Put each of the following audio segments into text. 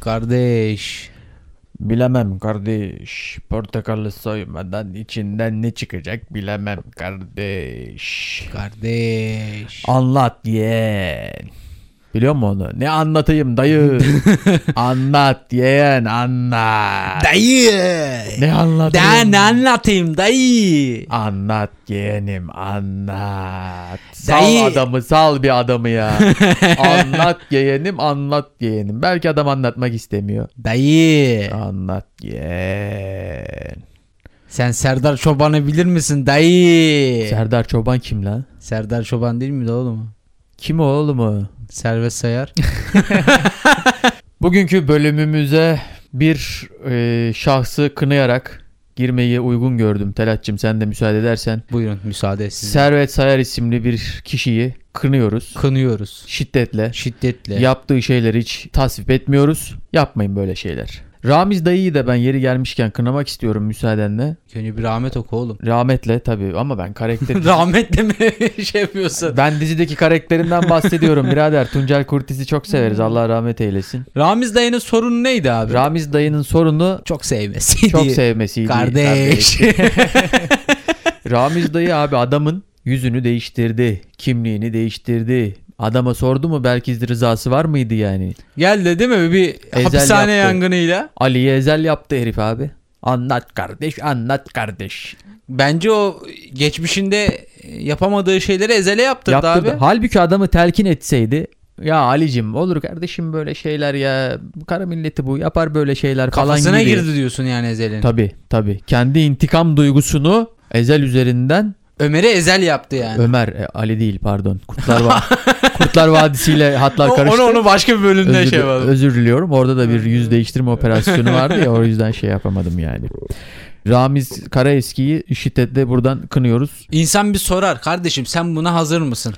Kardeş. Bilemem kardeş. Portakalı soymadan içinden ne çıkacak bilemem kardeş. Kardeş. Anlat yeğen. Biliyor musun onu? Ne anlatayım dayı? anlat yeğen anlat. Dayı. Ne anlatayım? Daha ne anlatayım dayı. Anlat yeğenim anlat. Dayı- Sal adamı sal bir adamı ya. anlat yeğenim anlat yeğenim. Belki adam anlatmak istemiyor. Dayı. Anlat yeğen. Sen Serdar Çoban'ı bilir misin dayı? Serdar Çoban kim lan? Serdar Çoban değil mi oğlum? Kim o oğlum o? Servet Sayar. Bugünkü bölümümüze bir e, şahsı kınayarak girmeyi uygun gördüm. Telatçım sen de müsaade edersen. Buyurun müsaade size. Servet Sayar isimli bir kişiyi kınıyoruz. Kınıyoruz. Şiddetle. Şiddetle. Yaptığı şeyleri hiç tasvip etmiyoruz. Yapmayın böyle şeyler. Ramiz dayıyı da ben yeri gelmişken kınamak istiyorum müsaadenle. Önce bir rahmet oku oğlum. Rahmetle tabii ama ben karakter... Rahmetle mi şey yapıyorsun? ben dizideki karakterimden bahsediyorum birader. Tuncel Kurtiz'i çok severiz. Allah rahmet eylesin. Ramiz dayının sorunu neydi abi? Ramiz dayının sorunu çok sevmesiydi. çok sevmesiydi. Kardeş. Ramiz dayı abi adamın yüzünü değiştirdi. Kimliğini değiştirdi. Adama sordu mu belki rızası var mıydı yani? Geldi değil mi bir hapishane yaptı. yangınıyla? Ali'ye ezel yaptı herif abi. Anlat kardeş anlat kardeş. Bence o geçmişinde yapamadığı şeyleri ezele yaptırdı, Yaptırdı. abi. Halbuki adamı telkin etseydi ya Ali'cim olur kardeşim böyle şeyler ya. Kara milleti bu yapar böyle şeyler Kafasına falan gibi. girdi diyorsun yani ezelin. Tabi tabi. Kendi intikam duygusunu ezel üzerinden Ömer'e ezel yaptı yani. Ömer e, Ali değil pardon. Kurtlar Va- Kurtlar Vadisi ile hatlar O- karıştı. onu onu başka bir bölümde özür, şey yapalım. özür diliyorum. Orada da bir yüz değiştirme operasyonu vardı ya o yüzden şey yapamadım yani. Ramiz Karaeski'yi şiddetle buradan kınıyoruz. İnsan bir sorar kardeşim sen buna hazır mısın?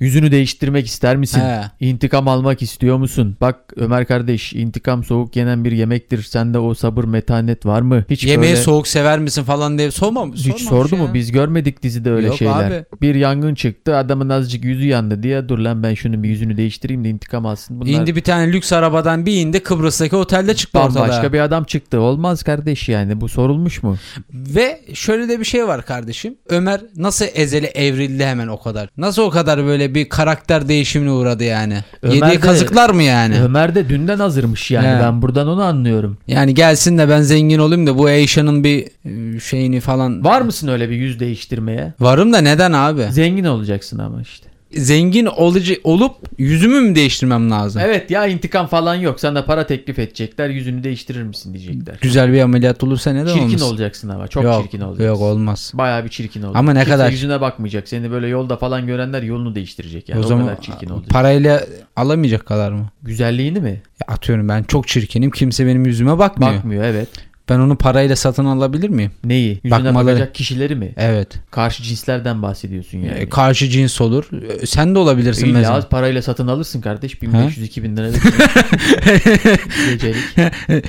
Yüzünü değiştirmek ister misin? He. İntikam almak istiyor musun? Bak Ömer kardeş intikam soğuk yenen bir yemektir. Sende o sabır metanet var mı? Hiç Yemeği böyle- soğuk sever misin falan diye sormam. Hiç sordu mu? Biz görmedik dizide öyle Yok şeyler. abi. Bir yangın çıktı. Adamın azıcık yüzü yandı diye dur lan ben şunun bir yüzünü değiştireyim de intikam alsın. Bunlar İndi bir tane lüks arabadan bir indi Kıbrıs'taki otelde çıktı ortada. bambaşka bir adam çıktı. Olmaz kardeş yani. Bu sorulmuş mu? Ve şöyle de bir şey var kardeşim. Ömer nasıl ezeli evrildi hemen o kadar. Nasıl o kadar böyle bir karakter değişimine uğradı yani. Ömer Yediği de- kazıklar mı yani? Ömer de dünden hazırmış yani. He. Ben buradan onu anlıyorum. Yani gelsin de ben zengin olayım da bu Eyşan'ın bir e, şeyini falan. Var mısın öyle bir yüz değiştirmeye? Varım da neden abi? Zengin olacaksın ama işte. Zengin olucu olup yüzümü mü değiştirmem lazım? Evet ya intikam falan yok. Sana para teklif edecekler. Yüzünü değiştirir misin diyecekler. Güzel bir ameliyat olursa neden Çirkin olmasın? olacaksın ama. Çok yok, çirkin Yok olacaksın. olmaz. Bayağı bir çirkin olacak. Ama ne Kimse kadar- yüzüne bakmayacak. Seni böyle yolda falan görenler yolunu değiştirecek. Yani o o, zaman kadar çirkin olacak. parayla alamayacak kadar mı? Güzelliğini mi? Ya atıyorum ben çok çirkinim kimse benim yüzüme bakmıyor. Bakmıyor evet. Ben onu parayla satın alabilir miyim? Neyi? Yüzüne Bakmaları. bakacak kişileri mi? Evet. Karşı cinslerden bahsediyorsun yani. Ee, Karşı cins olur. Ee, Sen de olabilirsin İlla mesela. az parayla satın alırsın kardeş. 1500-2000 liralık gecelik.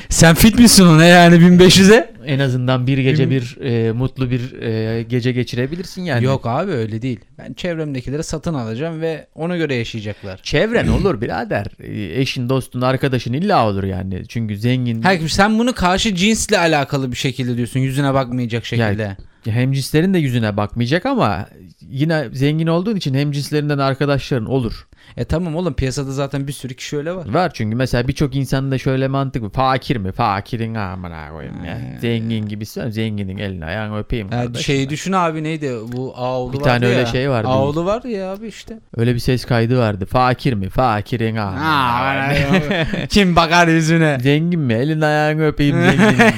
Sen fit misin ona yani 1500'e? En azından bir gece bir e, mutlu bir e, gece geçirebilirsin yani. Yok abi öyle değil. Ben çevremdekileri satın alacağım ve ona göre yaşayacaklar. Çevren olur birader. E, Eşin, dostun, arkadaşın illa olur yani. Çünkü zengin Her sen bunu karşı cinsle alakalı bir şekilde diyorsun. Yüzüne bakmayacak şekilde. hemcinslerin de yüzüne bakmayacak ama yine zengin olduğun için hemcinslerinden arkadaşların olur. E tamam oğlum piyasada zaten bir sürü kişi öyle var. Var çünkü mesela birçok insanda şöyle mantık var. Fakir mi? Fakirin amına koyayım ya. Zengin gibisin. Zenginin elini ayağını öpeyim. Yani kardeşim şeyi ya. E, şey düşün abi neydi bu Ağoğlu Bir vardı tane öyle ya. şey vardı. Ağoğlu vardı ya abi işte. Öyle bir ses kaydı vardı. Fakir mi? Fakirin amına koyayım. Kim bakar yüzüne? Zengin mi? Elini ayağını öpeyim zengin mi?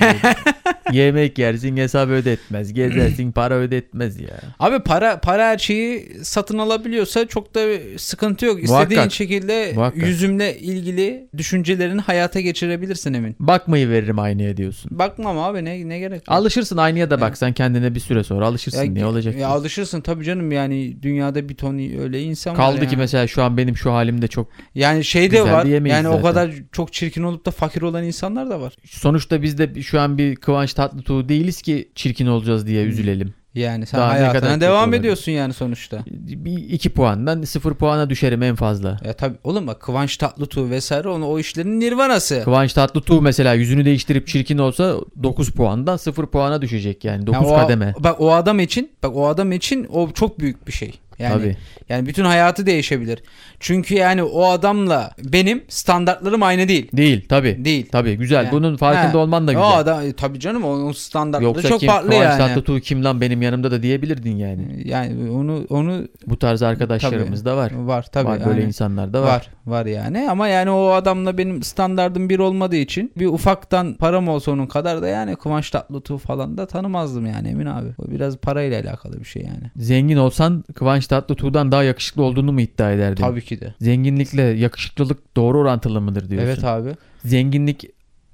Yemek yersin hesap ödetmez. Gezersin para ödetmez ya. Abi para para her şeyi satın alabiliyorsa çok da sıkıntı yok. İstediğin Muhakkak. şekilde Muhakkak. yüzümle ilgili düşüncelerini hayata geçirebilirsin emin. Bakmayı veririm aynaya diyorsun. Bakmam abi ne ne gerek var? Alışırsın aynaya da baksan kendine bir süre sonra alışırsın. ne olacak? Ya alışırsın tabii canım yani dünyada bir ton öyle insan var. Kaldı ki yani. mesela şu an benim şu halimde çok Yani şey de Güzel var. Yani diyemeyiz o zaten. kadar çok çirkin olup da fakir olan insanlar da var. Hmm. sonuçta biz de şu an bir Kıvanç Tatlıtuğ değiliz ki çirkin olacağız diye üzülelim. Yani sen Daha ne hayatına kadar devam kötü ediyorsun yani sonuçta. Bir, iki puandan sıfır puana düşerim en fazla. Ya tabii oğlum bak Kıvanç Tatlıtuğ vesaire onu o işlerin nirvanası. Kıvanç Tatlıtuğ mesela yüzünü değiştirip çirkin olsa 9 puandan 0 puana düşecek yani 9 Yani o- kademe. Bak o adam için, bak o adam için o çok büyük bir şey. Yani Tabii. yani bütün hayatı değişebilir. Çünkü yani o adamla benim standartlarım aynı değil. Değil tabii. Değil. Tabii güzel. Yani- Bunun farkında He. olman da O güzel. adam e, tabii canım onun standartları Yoksa çok kim farklı Kıvanç yani. Tatlıtuğ kim lan benim yanımda da diyebilirdin yani. Yani onu onu Bu tarz arkadaşlarımız da var. var tabii. var böyle yani. insanlar da var. var. var yani ama yani o adamla benim standardım bir olmadığı için bir ufaktan param olsa onun kadar da yani Kıvanç Tatlıtuğ falan da tanımazdım yani Emin abi. O biraz parayla alakalı bir şey yani. Zengin olsan Kıvanç Tatlıtuğ'dan daha yakışıklı olduğunu mu iddia ederdin? Tabii ki de. Zenginlikle yakışıklılık doğru orantılı mıdır diyorsun? Evet abi. Zenginlik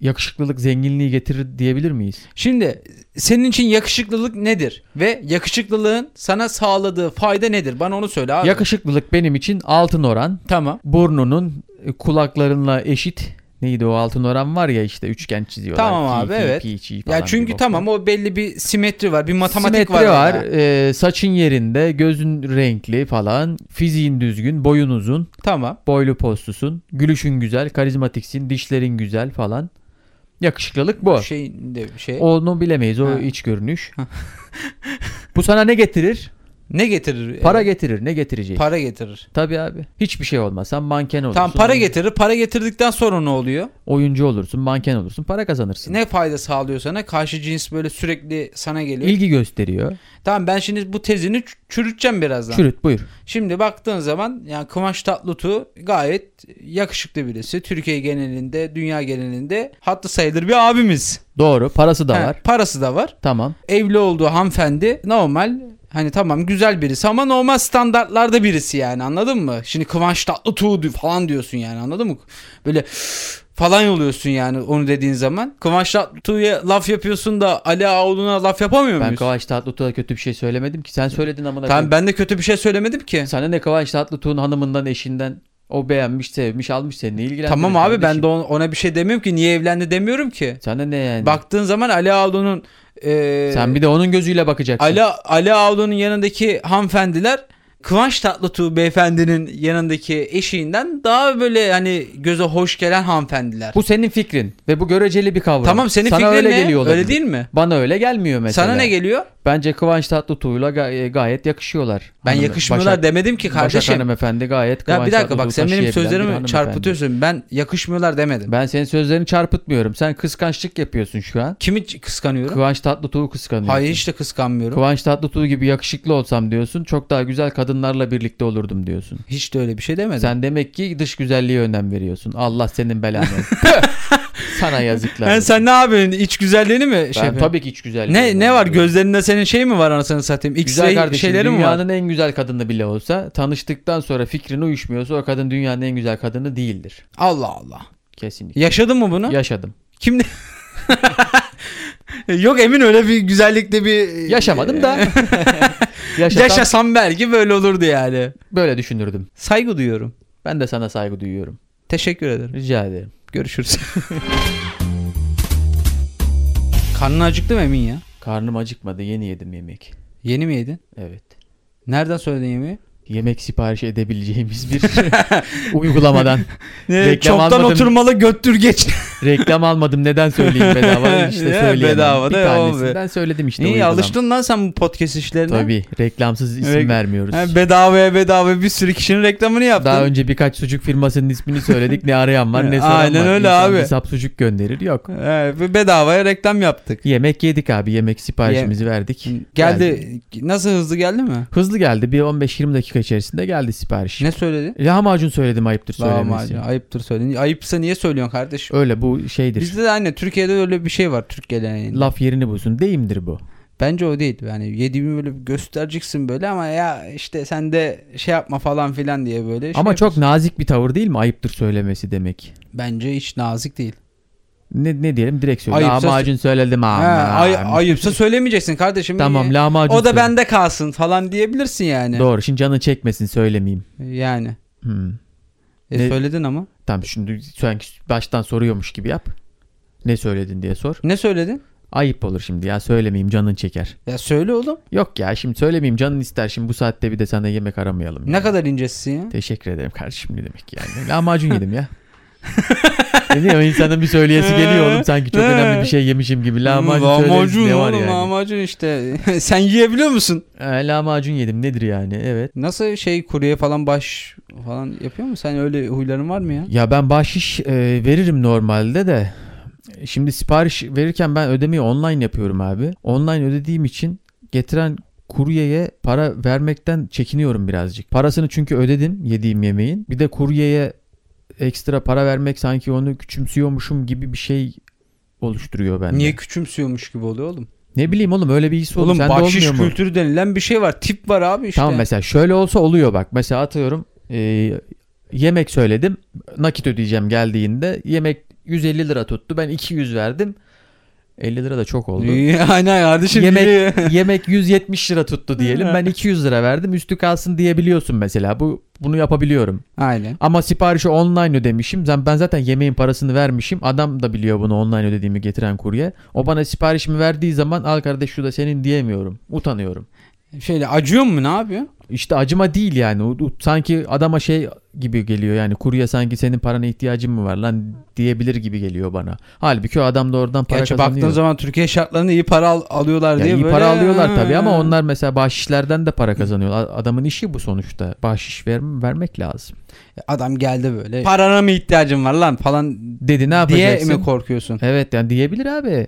yakışıklılık zenginliği getirir diyebilir miyiz? Şimdi senin için yakışıklılık nedir? Ve yakışıklılığın sana sağladığı fayda nedir? Bana onu söyle abi. Yakışıklılık benim için altın oran. tamam. Burnunun e, kulaklarınla eşit. Neydi o altın oran var ya işte üçgen çiziyorlar. Tamam abi, evet. Ya çünkü tamam o belli bir simetri var. Bir matematik Matematik var. var. var. orada. e, saçın yerinde, gözün renkli falan, fiziğin düzgün, boyun uzun. Tamam. boylu postusun, gülüşün güzel, karizmatiksin, dişlerin güzel falan. Yakışıklılık bu. Şey de şey. Onu bilemeyiz o Ha. iç görünüş. bu sana ne getirir? Ne getirir? Para Evet, getirir. Ne getirecek? para getirir. Tabii abi. Hiçbir şey olmaz. Sen manken olursun. Tam para oyun- getirir. Para getirdikten sonra ne oluyor? Oyuncu olursun, manken olursun, para kazanırsın. Ne fayda sağlıyor sana? Karşı cins böyle sürekli sana geliyor. İlgi gösteriyor. Tamam ben şimdi bu tezini ç- çürüteceğim birazdan. Çürüt buyur. Şimdi baktığın zaman yani Kıvanç Tatlıtuğ gayet yakışıklı birisi. Türkiye genelinde, dünya genelinde hattı sayılır bir abimiz. Doğru. Parası da He, var. Parası da var. Tamam. Evli olduğu hanımefendi normal hani tamam güzel birisi ama normal standartlarda birisi yani anladın mı? Şimdi Kıvanç Tatlıtuğ di- falan diyorsun yani anladın mı? Böyle falan oluyorsun yani onu dediğin zaman. Kıvanç Tatlıtuğ'a laf yapıyorsun da Ali Ağoğlu'na laf yapamıyor Ben muyuz? Kıvanç Tatlıtuğ'a kötü bir şey söylemedim ki. Sen söyledin amına Tamam ben de kötü bir şey söylemedim ki. Sana ne Kıvanç Tatlıtuğ'un hanımından, eşinden o beğenmiş, sevmiş, almış seni. Ne ilgilendirir Tamam abi kardeşim? ben de on- ona bir şey demiyorum ki niye evlendi demiyorum ki. Sana ne yani? Baktığın zaman Ali Ağoğlu'nun e, Sen bir de onun gözüyle bakacaksın. Ali, Ali Ağoğlu'nun yanındaki hanımefendiler Kıvanç Tatlıtuğ beyefendinin yanındaki eşiğinden daha böyle hani göze hoş gelen hanımefendiler. Bu senin fikrin ve bu göreceli bir kavram. tamam senin Sana fikrin öyle ne? Geliyor olabilir. öyle değil mi? Bana öyle gelmiyor mesela. Sana ne geliyor? Bence Kıvanç Tatlıtuğ'la ga- e, gayet yakışıyorlar. Ben Hanım- yakışmıyorlar Başak- demedim ki Başak kardeşim. hanımefendi gayet Kıvanç Ya bir dakika Tatlıtuğ'u bak sen benim taşıyabilen bir sözlerimi hanımefendi. çarpıtıyorsun. Ben yakışmıyorlar demedim. Ben senin sözlerini çarpıtmıyorum. Sen kıskançlık yapıyorsun şu an. Kimi ç- kıskanıyorum? Kıvanç Tatlıtuğ'u kıskanıyorsun. Hayır hiç de kıskanmıyorum. Kıvanç Tatlıtuğ gibi yakışıklı olsam diyorsun. Çok daha güzel kadınlarla birlikte olurdum diyorsun. Hiç de öyle bir şey demedim. Sen demek ki dış güzelliğe önem veriyorsun. Allah senin belanı. Püh! Sana yazıklar. Ben sen ne yapıyorsun? İç güzelliğini mi şey şey. ben yapıyorsun? tabii ki hiç güzel. Ne ne var gözlerinde senin şey mi var anasını satayım? Güzel X-ray kardeşim şeyleri mi var? dünyanın en güzel kadını bile olsa tanıştıktan sonra fikrine uyuşmuyorsa o kadın dünyanın en güzel kadını değildir. Allah Allah. Kesinlikle. Yaşadın mı bunu? Yaşadım. Kimde? Yok emin öyle bir güzellikte bir e, Yaşamadım da. Yaşasam Yaşasam belki böyle olurdu yani. böyle düşünürdüm. Saygı duyuyorum. Ben de sana saygı duyuyorum. Teşekkür ederim. Rica ederim. Görüşürüz. Karnın acıktı mı Emin ya? Karnım acıkmadı. Yeni yedim yemek. Yeni mi yedin? Evet. Nereden söyledin yemeği? Yemek sipariş edebileceğimiz bir uygulamadan. Reklam çoktan almadım. oturmalı göttür geç. Reklam almadım. Neden söyleyeyim bedava? İşte Ya, söyleyemem. bedava bir da ya, olmuyor. tanesinden söyledim işte. İyi uygulama. alıştın lan sen bu podcast işlerine. Tabii. Reklamsız isim Rek- vermiyoruz. Ha, bedavaya bedava bir sürü kişinin reklamını yaptın. Daha önce birkaç sucuk firmasının ismini söyledik. Ne arayan var ne soran Aynen var. öyle İnsan abi. bir sap sucuk gönderir. Yok. Evet, ve bedavaya reklam yaptık. Yemek yedik abi. Yemek siparişimizi verdik. Geldi. Nasıl hızlı geldi mi? Hızlı geldi. Bir 15-20 dakika içerisinde geldi sipariş. Ne söyledin? Lahmacun söyledim ayıptır söylemesi. Lahmacun. Ayıptır söyledin. Ayıpsa niye söylüyorsun kardeşim? Öyle bu şeydir. Bizde de aynı Türkiye'de öyle bir şey var Türk geleneğinde. Laf yerini bulsun. Deyimdir bu. Bence o değil. Yani yediğimi böyle bir göstereceksin böyle ama ya işte sen de şey yapma falan filan diye böyle. şey Ama yap- çok nazik bir tavır değil mi? Ayıptır söylemesi demek. bence hiç nazik değil. Ne, ne diyelim direkt söyle. Ayıpsa- Lahmacun söyledim Ha, ama. ay- ayıpsa söylemeyeceksin kardeşim. Tamam Ee, lahmacun. O da söyle- bende kalsın falan diyebilirsin yani. Doğru. Şimdi canın çekmesin söylemeyeyim. Yani. Hmm. E, Ne- söyledin ama. Tamam şimdi sanki baştan soruyormuş gibi yap. Ne söyledin diye sor. Ne söyledin? Ayıp olur şimdi ya söylemeyeyim canın çeker. Ya söyle oğlum. Yok ya şimdi söylemeyeyim canın ister şimdi bu saatte bir de senden yemek aramayalım. ya. Ne kadar incesin ya. Teşekkür ederim kardeşim ne demek yani. Lahmacun yedim ya. ne diyeyim insanın bir söyleyesi geliyor oğlum sanki çok önemli bir şey yemişim gibi. Hmm, Lahmacun, söyleyesi ne var oğlum, yani? Hmm, lahmacun işte. Sen yiyebiliyor musun? Ee, lahmacun yedim nedir yani evet. Nasıl şey kuruya falan baş falan yapıyor mu? Sen öyle huyların var mı ya? Ya ben bahşiş e, veririm normalde de. Şimdi sipariş verirken ben ödemeyi online yapıyorum abi. Online ödediğim için getiren kuryeye para vermekten çekiniyorum birazcık. Parasını çünkü ödedim yediğim yemeğin. Bir de kuryeye ekstra para vermek sanki onu küçümsüyormuşum gibi bir şey oluşturuyor bende. Niye küçümsüyormuş gibi oluyor oğlum? Ne bileyim oğlum öyle bir his oldu. Oğlum Sende bahşiş olmuyor mu? kültürü denilen bir şey var. Tip var abi işte. Tamam mesela şöyle olsa oluyor bak. Mesela atıyorum e, yemek söyledim. Nakit ödeyeceğim geldiğinde. Yemek 150 lira tuttu. Ben 200 verdim. 50 lira da çok oldu. Aynen kardeşim. yemek yemek 170 lira tuttu diyelim. Ben 200 lira verdim. Üstü kalsın diyebiliyorsun mesela. Bu bunu yapabiliyorum. Aynen. Ama siparişi online ödemişim. Ben ben zaten yemeğin parasını vermişim. Adam da biliyor bunu online ödediğimi getiren kurye. O bana siparişimi verdiği zaman al kardeş şu da senin diyemiyorum. Utanıyorum. Şöyle acıyor mu ne yapıyor? İşte acıma değil yani. O- o Sanki adama şey gibi geliyor yani kurye sanki senin parana ihtiyacın mı var lan diyebilir gibi geliyor bana. Halbuki o adam da oradan para Gerçi kazanıyor. baktığın zaman Türkiye şartlarında iyi para al- alıyorlar Ya diye iyi böyle. para alıyorlar tabii ama onlar mesela bahşişlerden de para kazanıyor. A- Adamın işi bu sonuçta. Bahşiş ver, vermek lazım. Adam geldi böyle. Parana mı ihtiyacın var lan falan Dedi ne diye yapacaksın? mi korkuyorsun? evet yani diyebilir abi.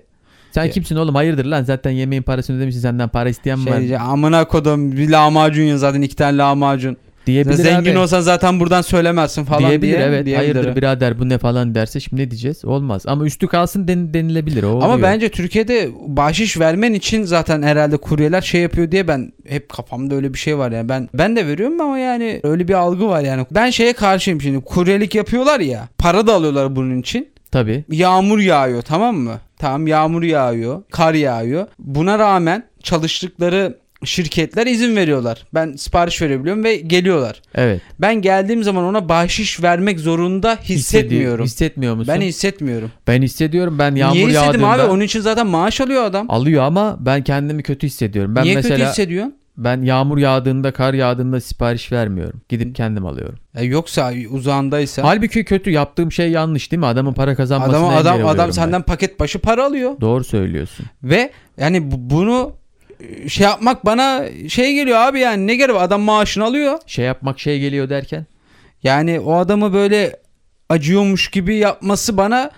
Sen Ya- kimsin oğlum hayırdır lan zaten yemeğin parasını ödemişsin senden para isteyen mi Şey var diyecek, amına kodum bir lahmacun ya zaten iki tane lahmacun. diyebilir Zengin abi. olsan zaten buradan söylemezsin falan diyebilir diye. evet diyebilir. hayırdır birader bu ne falan derse şimdi ne diyeceğiz olmaz ama üstü kalsın den- denilebilir o Ama oluyor. bence Türkiye'de bahşiş vermen için zaten herhalde kuryeler şey yapıyor diye ben hep kafamda öyle bir şey var yani. Ben ben de veriyorum ama yani öyle bir algı var yani. Ben şeye karşıyım şimdi. Kuryelik yapıyorlar ya. Para da alıyorlar bunun için. Tabii. Yağmur yağıyor tamam mı? Tamam yağmur yağıyor, kar yağıyor. Buna rağmen çalıştıkları şirketler izin veriyorlar. Ben sipariş verebiliyorum ve geliyorlar. Evet. Ben geldiğim zaman ona bahşiş vermek zorunda Hissediyor- hissetmiyorum. Hissetmiyor musun? Ben Ben, hissetmiyorum. hissediyorum. Ben yağmur Niye hissedim yağdığında abi? Onun için zaten maaş alıyor adam. alıyor ama ben kendimi kötü hissediyorum. Ben Niye kötü mesela hissediyorsun? ben yağmur yağdığında, kar yağdığında sipariş vermiyorum. Gidip kendim alıyorum. E, yoksa uzağındaysa. Halbuki kötü yaptığım şey yanlış değil mi? Adamın para kazanmasına Adam engel adam oluyorum adam ben. senden paket başı para alıyor Doğru söylüyorsun. ve yani bu- bunu e, şey yapmak bana şey geliyor abi yani ne gerek var? adam maaşını alıyor. Şey yapmak şey geliyor derken Yani o adamı böyle acıyormuş gibi yapması bana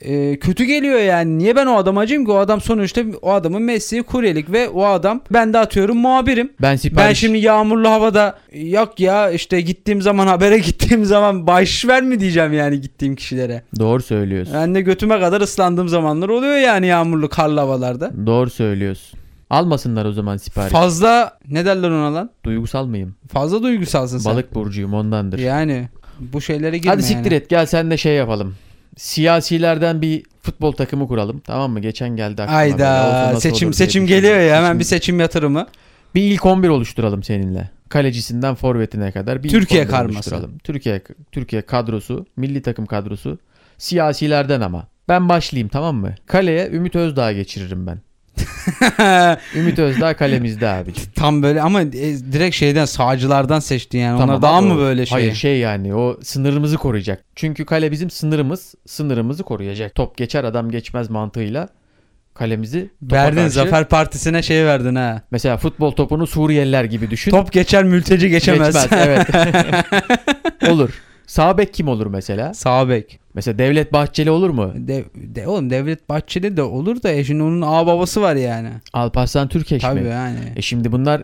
e, kötü geliyor yani. Niye ben o adama acıyım ki? O adam sonuçta o adamın mesleği kuryelik ve o adam ben de atıyorum muhabirim. ben sipariş Ben şimdi yağmurlu havada yok ya işte gittiğim zaman habere gittiğim zaman bahşiş ver mi diyeceğim yani gittiğim kişilere. Doğru söylüyorsun. Ben de götüme kadar ıslandığım zamanlar oluyor yani yağmurlu karlı havalarda. Doğru söylüyorsun. Almasınlar o zaman sipariş. Fazla ne derler ona lan? Duygusal mıyım? Fazla duygusalsın sen. Balık burcuyum ondandır. Yani bu şeylere girme Hadi siktir yani. et gel sen de şey yapalım. Siyasilerden bir futbol takımı kuralım. Tamam mı? Geçen geldi aklıma. böyle. Olsa Ayda nasıl olur seçim diye seçim düşündüm. geliyor ya hemen Seçim- bir seçim yatırımı. bir ilk 11 oluşturalım seninle. Kalecisinden forvetine kadar bir ilk Türkiye 11 karması. oluşturalım. Türkiye Türkiye kadrosu, milli takım kadrosu. Siyasilerden ama. Ben başlayayım tamam mı? Kaleye Ümit Özdağ geçiririm ben. Ümit Özdağ kalemizde abicim. Tam böyle ama e, direkt şeyden sağcılardan seçtin yani. Tamam, Onlar daha abi mı o- böyle şey? Hayır şey yani o sınırımızı koruyacak. Çünkü kale bizim sınırımız. Sınırımızı koruyacak. Top geçer adam geçmez mantığıyla kalemizi topa Verdin karşı- Zafer Partisi'ne şey verdin ha. Mesela futbol topunu Suriyeliler gibi düşün. Top geçer mülteci geçemez. evet. olur. Sağ bek kim olur mesela? Sağ bek. Mesela Devlet Bahçeli olur mu? De, de, oğlum Devlet Bahçeli de olur da e şimdi onun ağ babası var yani. Alparslan Türkeş Tabii mi? yani. E şimdi bunlar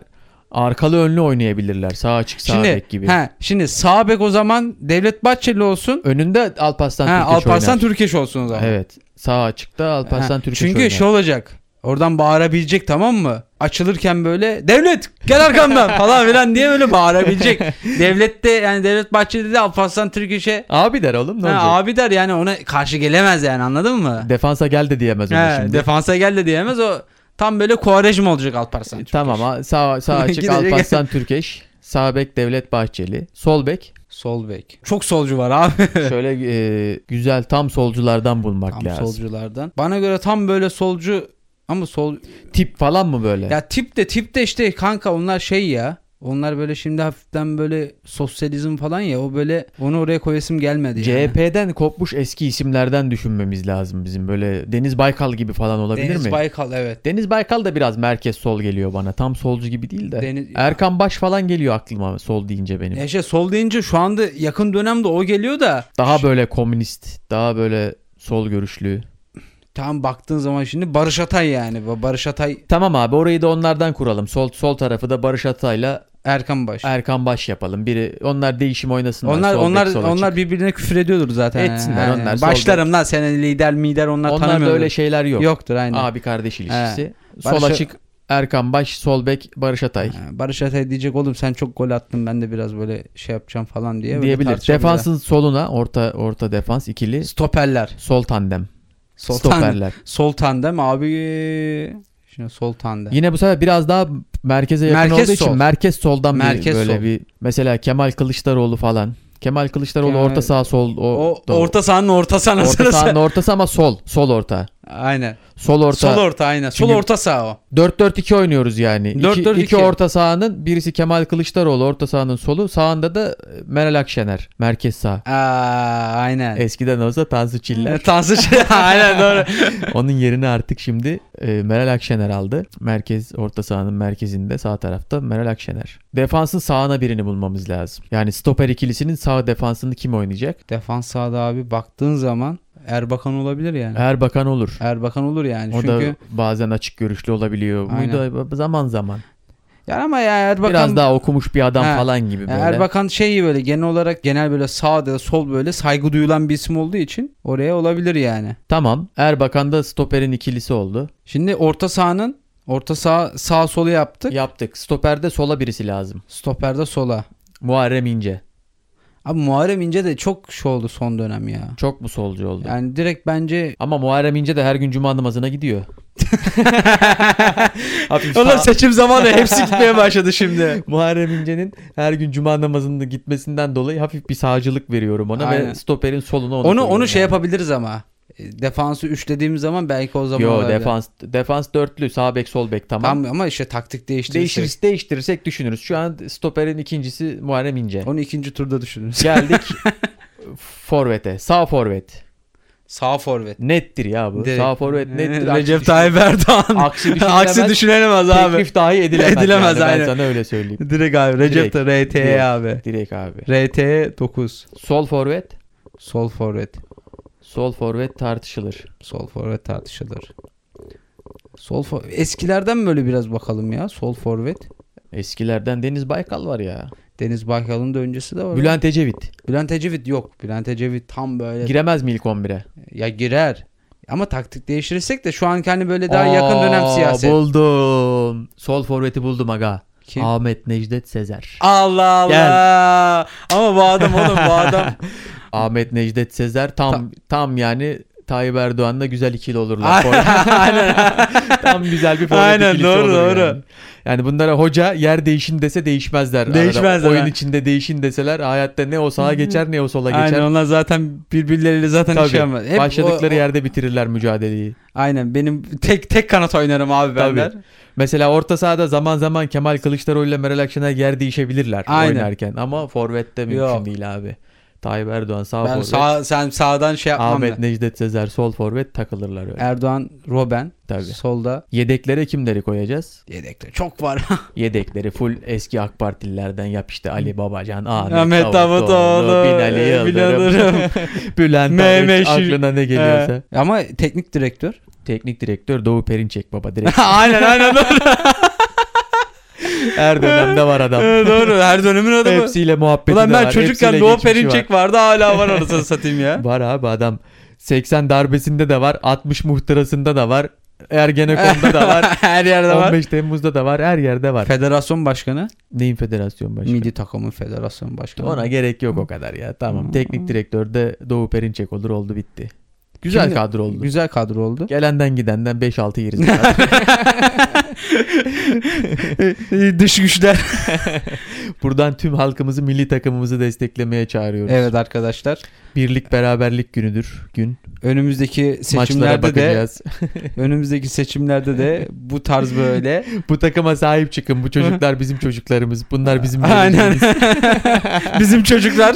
arkalı önlü oynayabilirler. Sağ açık sağ şimdi bek gibi. he, şimdi sağ bek o zaman Devlet Bahçeli olsun. Önünde Alparslan He, Türkeş Alparslan oynar. Türkeş olsun o zaman. Evet. Sağ açıkta Alparslan Ha, Türkeş Çünkü oynar. şey olacak. Oradan bağırabilecek tamam mı? Açılırken böyle devlet gel arkamdan falan filan diye böyle bağırabilecek. Devlet de yani Devlet Bahçeli de Alparslan Türkeş'e Abi der oğlum ne şey." "Ha, olacak? abi der yani ona karşı gelemez yani anladın mı? Defansa gel de diyemez onu He, şimdi. defansa gel de diyemez o tam böyle Kuvarejm olacak Alparslan. Türkeş. tamam ha, sağ, sağ açık Gidecek. Alparslan Türkeş. Sağ bek Devlet Bahçeli. Sol bek Sol bek. Çok solcu var abi. Şöyle e, güzel tam solculardan bulmak Tam lazım. solculardan. Bana göre tam böyle solcu ama sol Tip falan mı böyle? Ya tip de tip de işte kanka onlar şey ya. Onlar böyle şimdi hafiften böyle sosyalizm falan ya o böyle onu oraya koyasım gelmedi yani. CHP'den kopmuş eski isimlerden düşünmemiz lazım bizim. Böyle Deniz Baykal gibi falan olabilir Deniz mi? Baykal evet. Deniz Baykal da biraz merkez sol geliyor bana. Tam solcu gibi değil de. Deniz Erkan Baş falan geliyor aklıma sol deyince benim. Ya işte sol deyince şu anda yakın dönemde o geliyor da Daha böyle komünist, daha böyle sol görüşlü. tam baktığın zaman şimdi Barış Atay yani. Bu Barış Atay Tamam abi orayı da onlardan kuralım. Sol sol tarafı da Barış Atay'la Erkan Baş. Erkan Baş yapalım. Biri onlar değişim oynasınlar. onlar sol bek, onlar sola çık. onlar birbirine küfür ediyordur zaten. Etsinler, Yani. onlar sol Başlarım lan senin lider mider onlar, Onlarda tanımıyordur. öyle şeyler yok. Yoktur aynen. Abi kardeş ilişkisi. Barış- Sol açık Erkan Baş, sol bek Barış Atay. Ha, Barış Atay diyecek oğlum sen çok gol attın ben de biraz böyle şey yapacağım falan diye. böyle diyebilir. tartışabilirler. Defansın soluna orta orta defans ikili Stoperler. sol tandem. Sol tandem. Stoperler. Sol tandem abi. Şimdi sol tandem. Yine bu sefer biraz daha merkeze yakın Merkez olduğu için sol. merkez soldan Merkez bir böyle sol. bir mesela Kemal Kılıçdaroğlu falan. Kemal Kılıçdaroğlu Kemal- orta sağ sol o, o doğru. orta sahanın orta sahnası. orta sahanın ortası ama sol. Sol orta. aynen. Sol orta. Sol orta aynen. Sol Çünkü- orta saha o. 4-4-2 oynuyoruz yani. İki- 4-4-2. iki orta sahanın birisi Kemal Kılıçdaroğlu orta sahanın solu. Sağında da e, Meral Akşener merkez sağ. Aa, aynen. Eskiden olsa Tansu Çiller. E, Tansu Çiller- aynen doğru. Onun yerini artık şimdi e, Meral Akşener aldı. Merkez orta sahanın merkezinde sağ tarafta Meral Akşener. Defansın sağına birini bulmamız lazım. Yani stoper ikilisinin sağ defansını kim oynayacak? Defans sahada abi baktığın zaman Erbakan olabilir yani. Erbakan olur. Erbakan olur yani Er- O çünkü. da bazen açık görüşlü olabiliyor. Bu Aynen. da zaman zaman. Ya ama ya Erbakan Biraz daha okumuş bir adam Ha. falan gibi Ya böyle. Erbakan şeyi böyle genel olarak genel böyle sağda sol böyle saygı duyulan bir isim olduğu için oraya olabilir yani. Tamam. Erbakan da stoperin ikilisi oldu. Şimdi orta sahanın orta sağ sağ solu yaptık. Yaptık. Stoperde sola birisi lazım. Stoperde sola. Muharrem İnce. Abi Muharrem İnce de çok şey oldu son dönem ya. Çok mu solcu oldu? Yani direkt bence Ama Muharrem İnce de her gün cuma namazına gidiyor. Hafif sağ- seçim zamanı hepsi gitmeye başladı şimdi. Muharrem İnce'nin her gün cuma namazında gitmesinden dolayı hafif bir sağcılık veriyorum ona Aynen. ve stoperin soluna onu Onu koyuyorum onu şey yani. yapabiliriz ama. E, Defansı 3 dediğimiz zaman belki o zaman Yo olabilir. defans defans dörtlü sağ bek sol bek tamam. Tam ama işte taktik değiştirirsek. Değiştirirsek, değiştirirsek düşünürüz. Şu an stoperin ikincisi Muharrem İnce. Onu ikinci turda düşünürüz. Geldik forvete. Sağ forvet. Sağ forvet. Nettir ya bu. Direkt. Sağ forvet nettir. Aksi Recep düşün- Tayyip Erdoğan. Aksi Aksi düşünülemez. düşünülemez abi. Teklif dahi edilemez. Edilemez, yani. aynen. Ben sana öyle söyleyeyim. Direkt abi. Recep Direkt. de RT'ye Direkt. abi. Direkt abi. RT'ye 9. Sol forvet. Sol forvet. Sol forvet tartışılır. Sol forvet tartışılır. Sol for- eskilerden böyle biraz bakalım ya. Sol forvet. Eskilerden Deniz Baykal var ya. Deniz Baykal'ın da öncesi de var. Bülent, Bülent Ecevit. Ecevit yok. Bülent Ecevit tam böyle Giremez mi ilk 11'e? ya girer. Ama taktik değiştirirsek de şu an hani böyle daha yakın dönem Aa, siyaset. Buldum. Sol forveti buldum aga. Kim? Ahmet Necdet Sezer. Allah Allah. Ama bu adam oğlum bu adam. Ahmet Necdet Sezer tam tam, yani Tayyip Erdoğan'la güzel ikili olurlar. tam güzel bir forvet Aynen, ikilisi doğru, olur doğru. Yani. yani bunlara hoca yer değişin dese değişmezler. arada. Değişmezler, Oyun ha. içinde değişin deseler hayatta ne o sağa geçer ne o sola geçer. Aynen onlar zaten birbirleriyle zaten Tabii. iş yapmaz. Hep Başladıkları o- o- yerde bitirirler mücadeleyi. Aynen benim tek tek kanat oynarım abi ben Tabii. der. Mesela orta sahada zaman zaman Kemal Kılıçdaroğlu ile Meral Akşener yer değişebilirler Aynen. oynarken ama forvette mümkün Yok. değil abi. Tayyip Erdoğan sağ Ben forvet, sağ, sen sağdan şey yapmam. Ahmet ben. Necdet Sezer sol forvet takılırlar öyle. Erdoğan, Robben. Tabii. Solda Yedeklere kimleri koyacağız? yedekte çok var. Yedekleri full eski AK Partililerden yap işte Ali Babacan, Ahmet, e, Ahmet Davutoğlu, Binali Binali Yıldırım, Yıldırım. Bülent Mehmet Mehmet Şir- aklına ne geliyorsa. Ee, Ama teknik direktör. Teknik direktör Doğu Perinçek baba direkt aynen aynen doğru. her dönemde var adam. Ee, doğru. Her dönümün adı bu. Hepsiyle muhabbeti Ulan de ben var, çocukken hepsiyle Doğu geçmişi var. Perinçek vardı hala var arasını satayım ya. Var abi adam 80 darbesinde de var, 60 muhtırasında da var, Ergenekon'da da var, Her yerde var. 15 Temmuz'da da var, her yerde var. Federasyon başkanı. Neyin federasyon başkanı? Milli takımın federasyon başkanı. Ona gerek yok o kadar ya. Tamam. Teknik direktörde Doğu Perinçek olur oldu bitti. Güzel Şimdi- kadro oldu. Güzel kadro oldu. Gelenden gidenden 5-6 yeriz. Dış güçler. Buradan tüm halkımızı milli takımımızı desteklemeye çağırıyoruz. Evet arkadaşlar. Birlik beraberlik günüdür gün. Önümüzdeki Maçlara seçimlerde de bakacağız. önümüzdeki seçimlerde de bu tarz böyle Bu takıma sahip çıkın. Bu çocuklar bizim çocuklarımız. Bunlar bizim Aynen. geleceğimiz. bizim çocuklar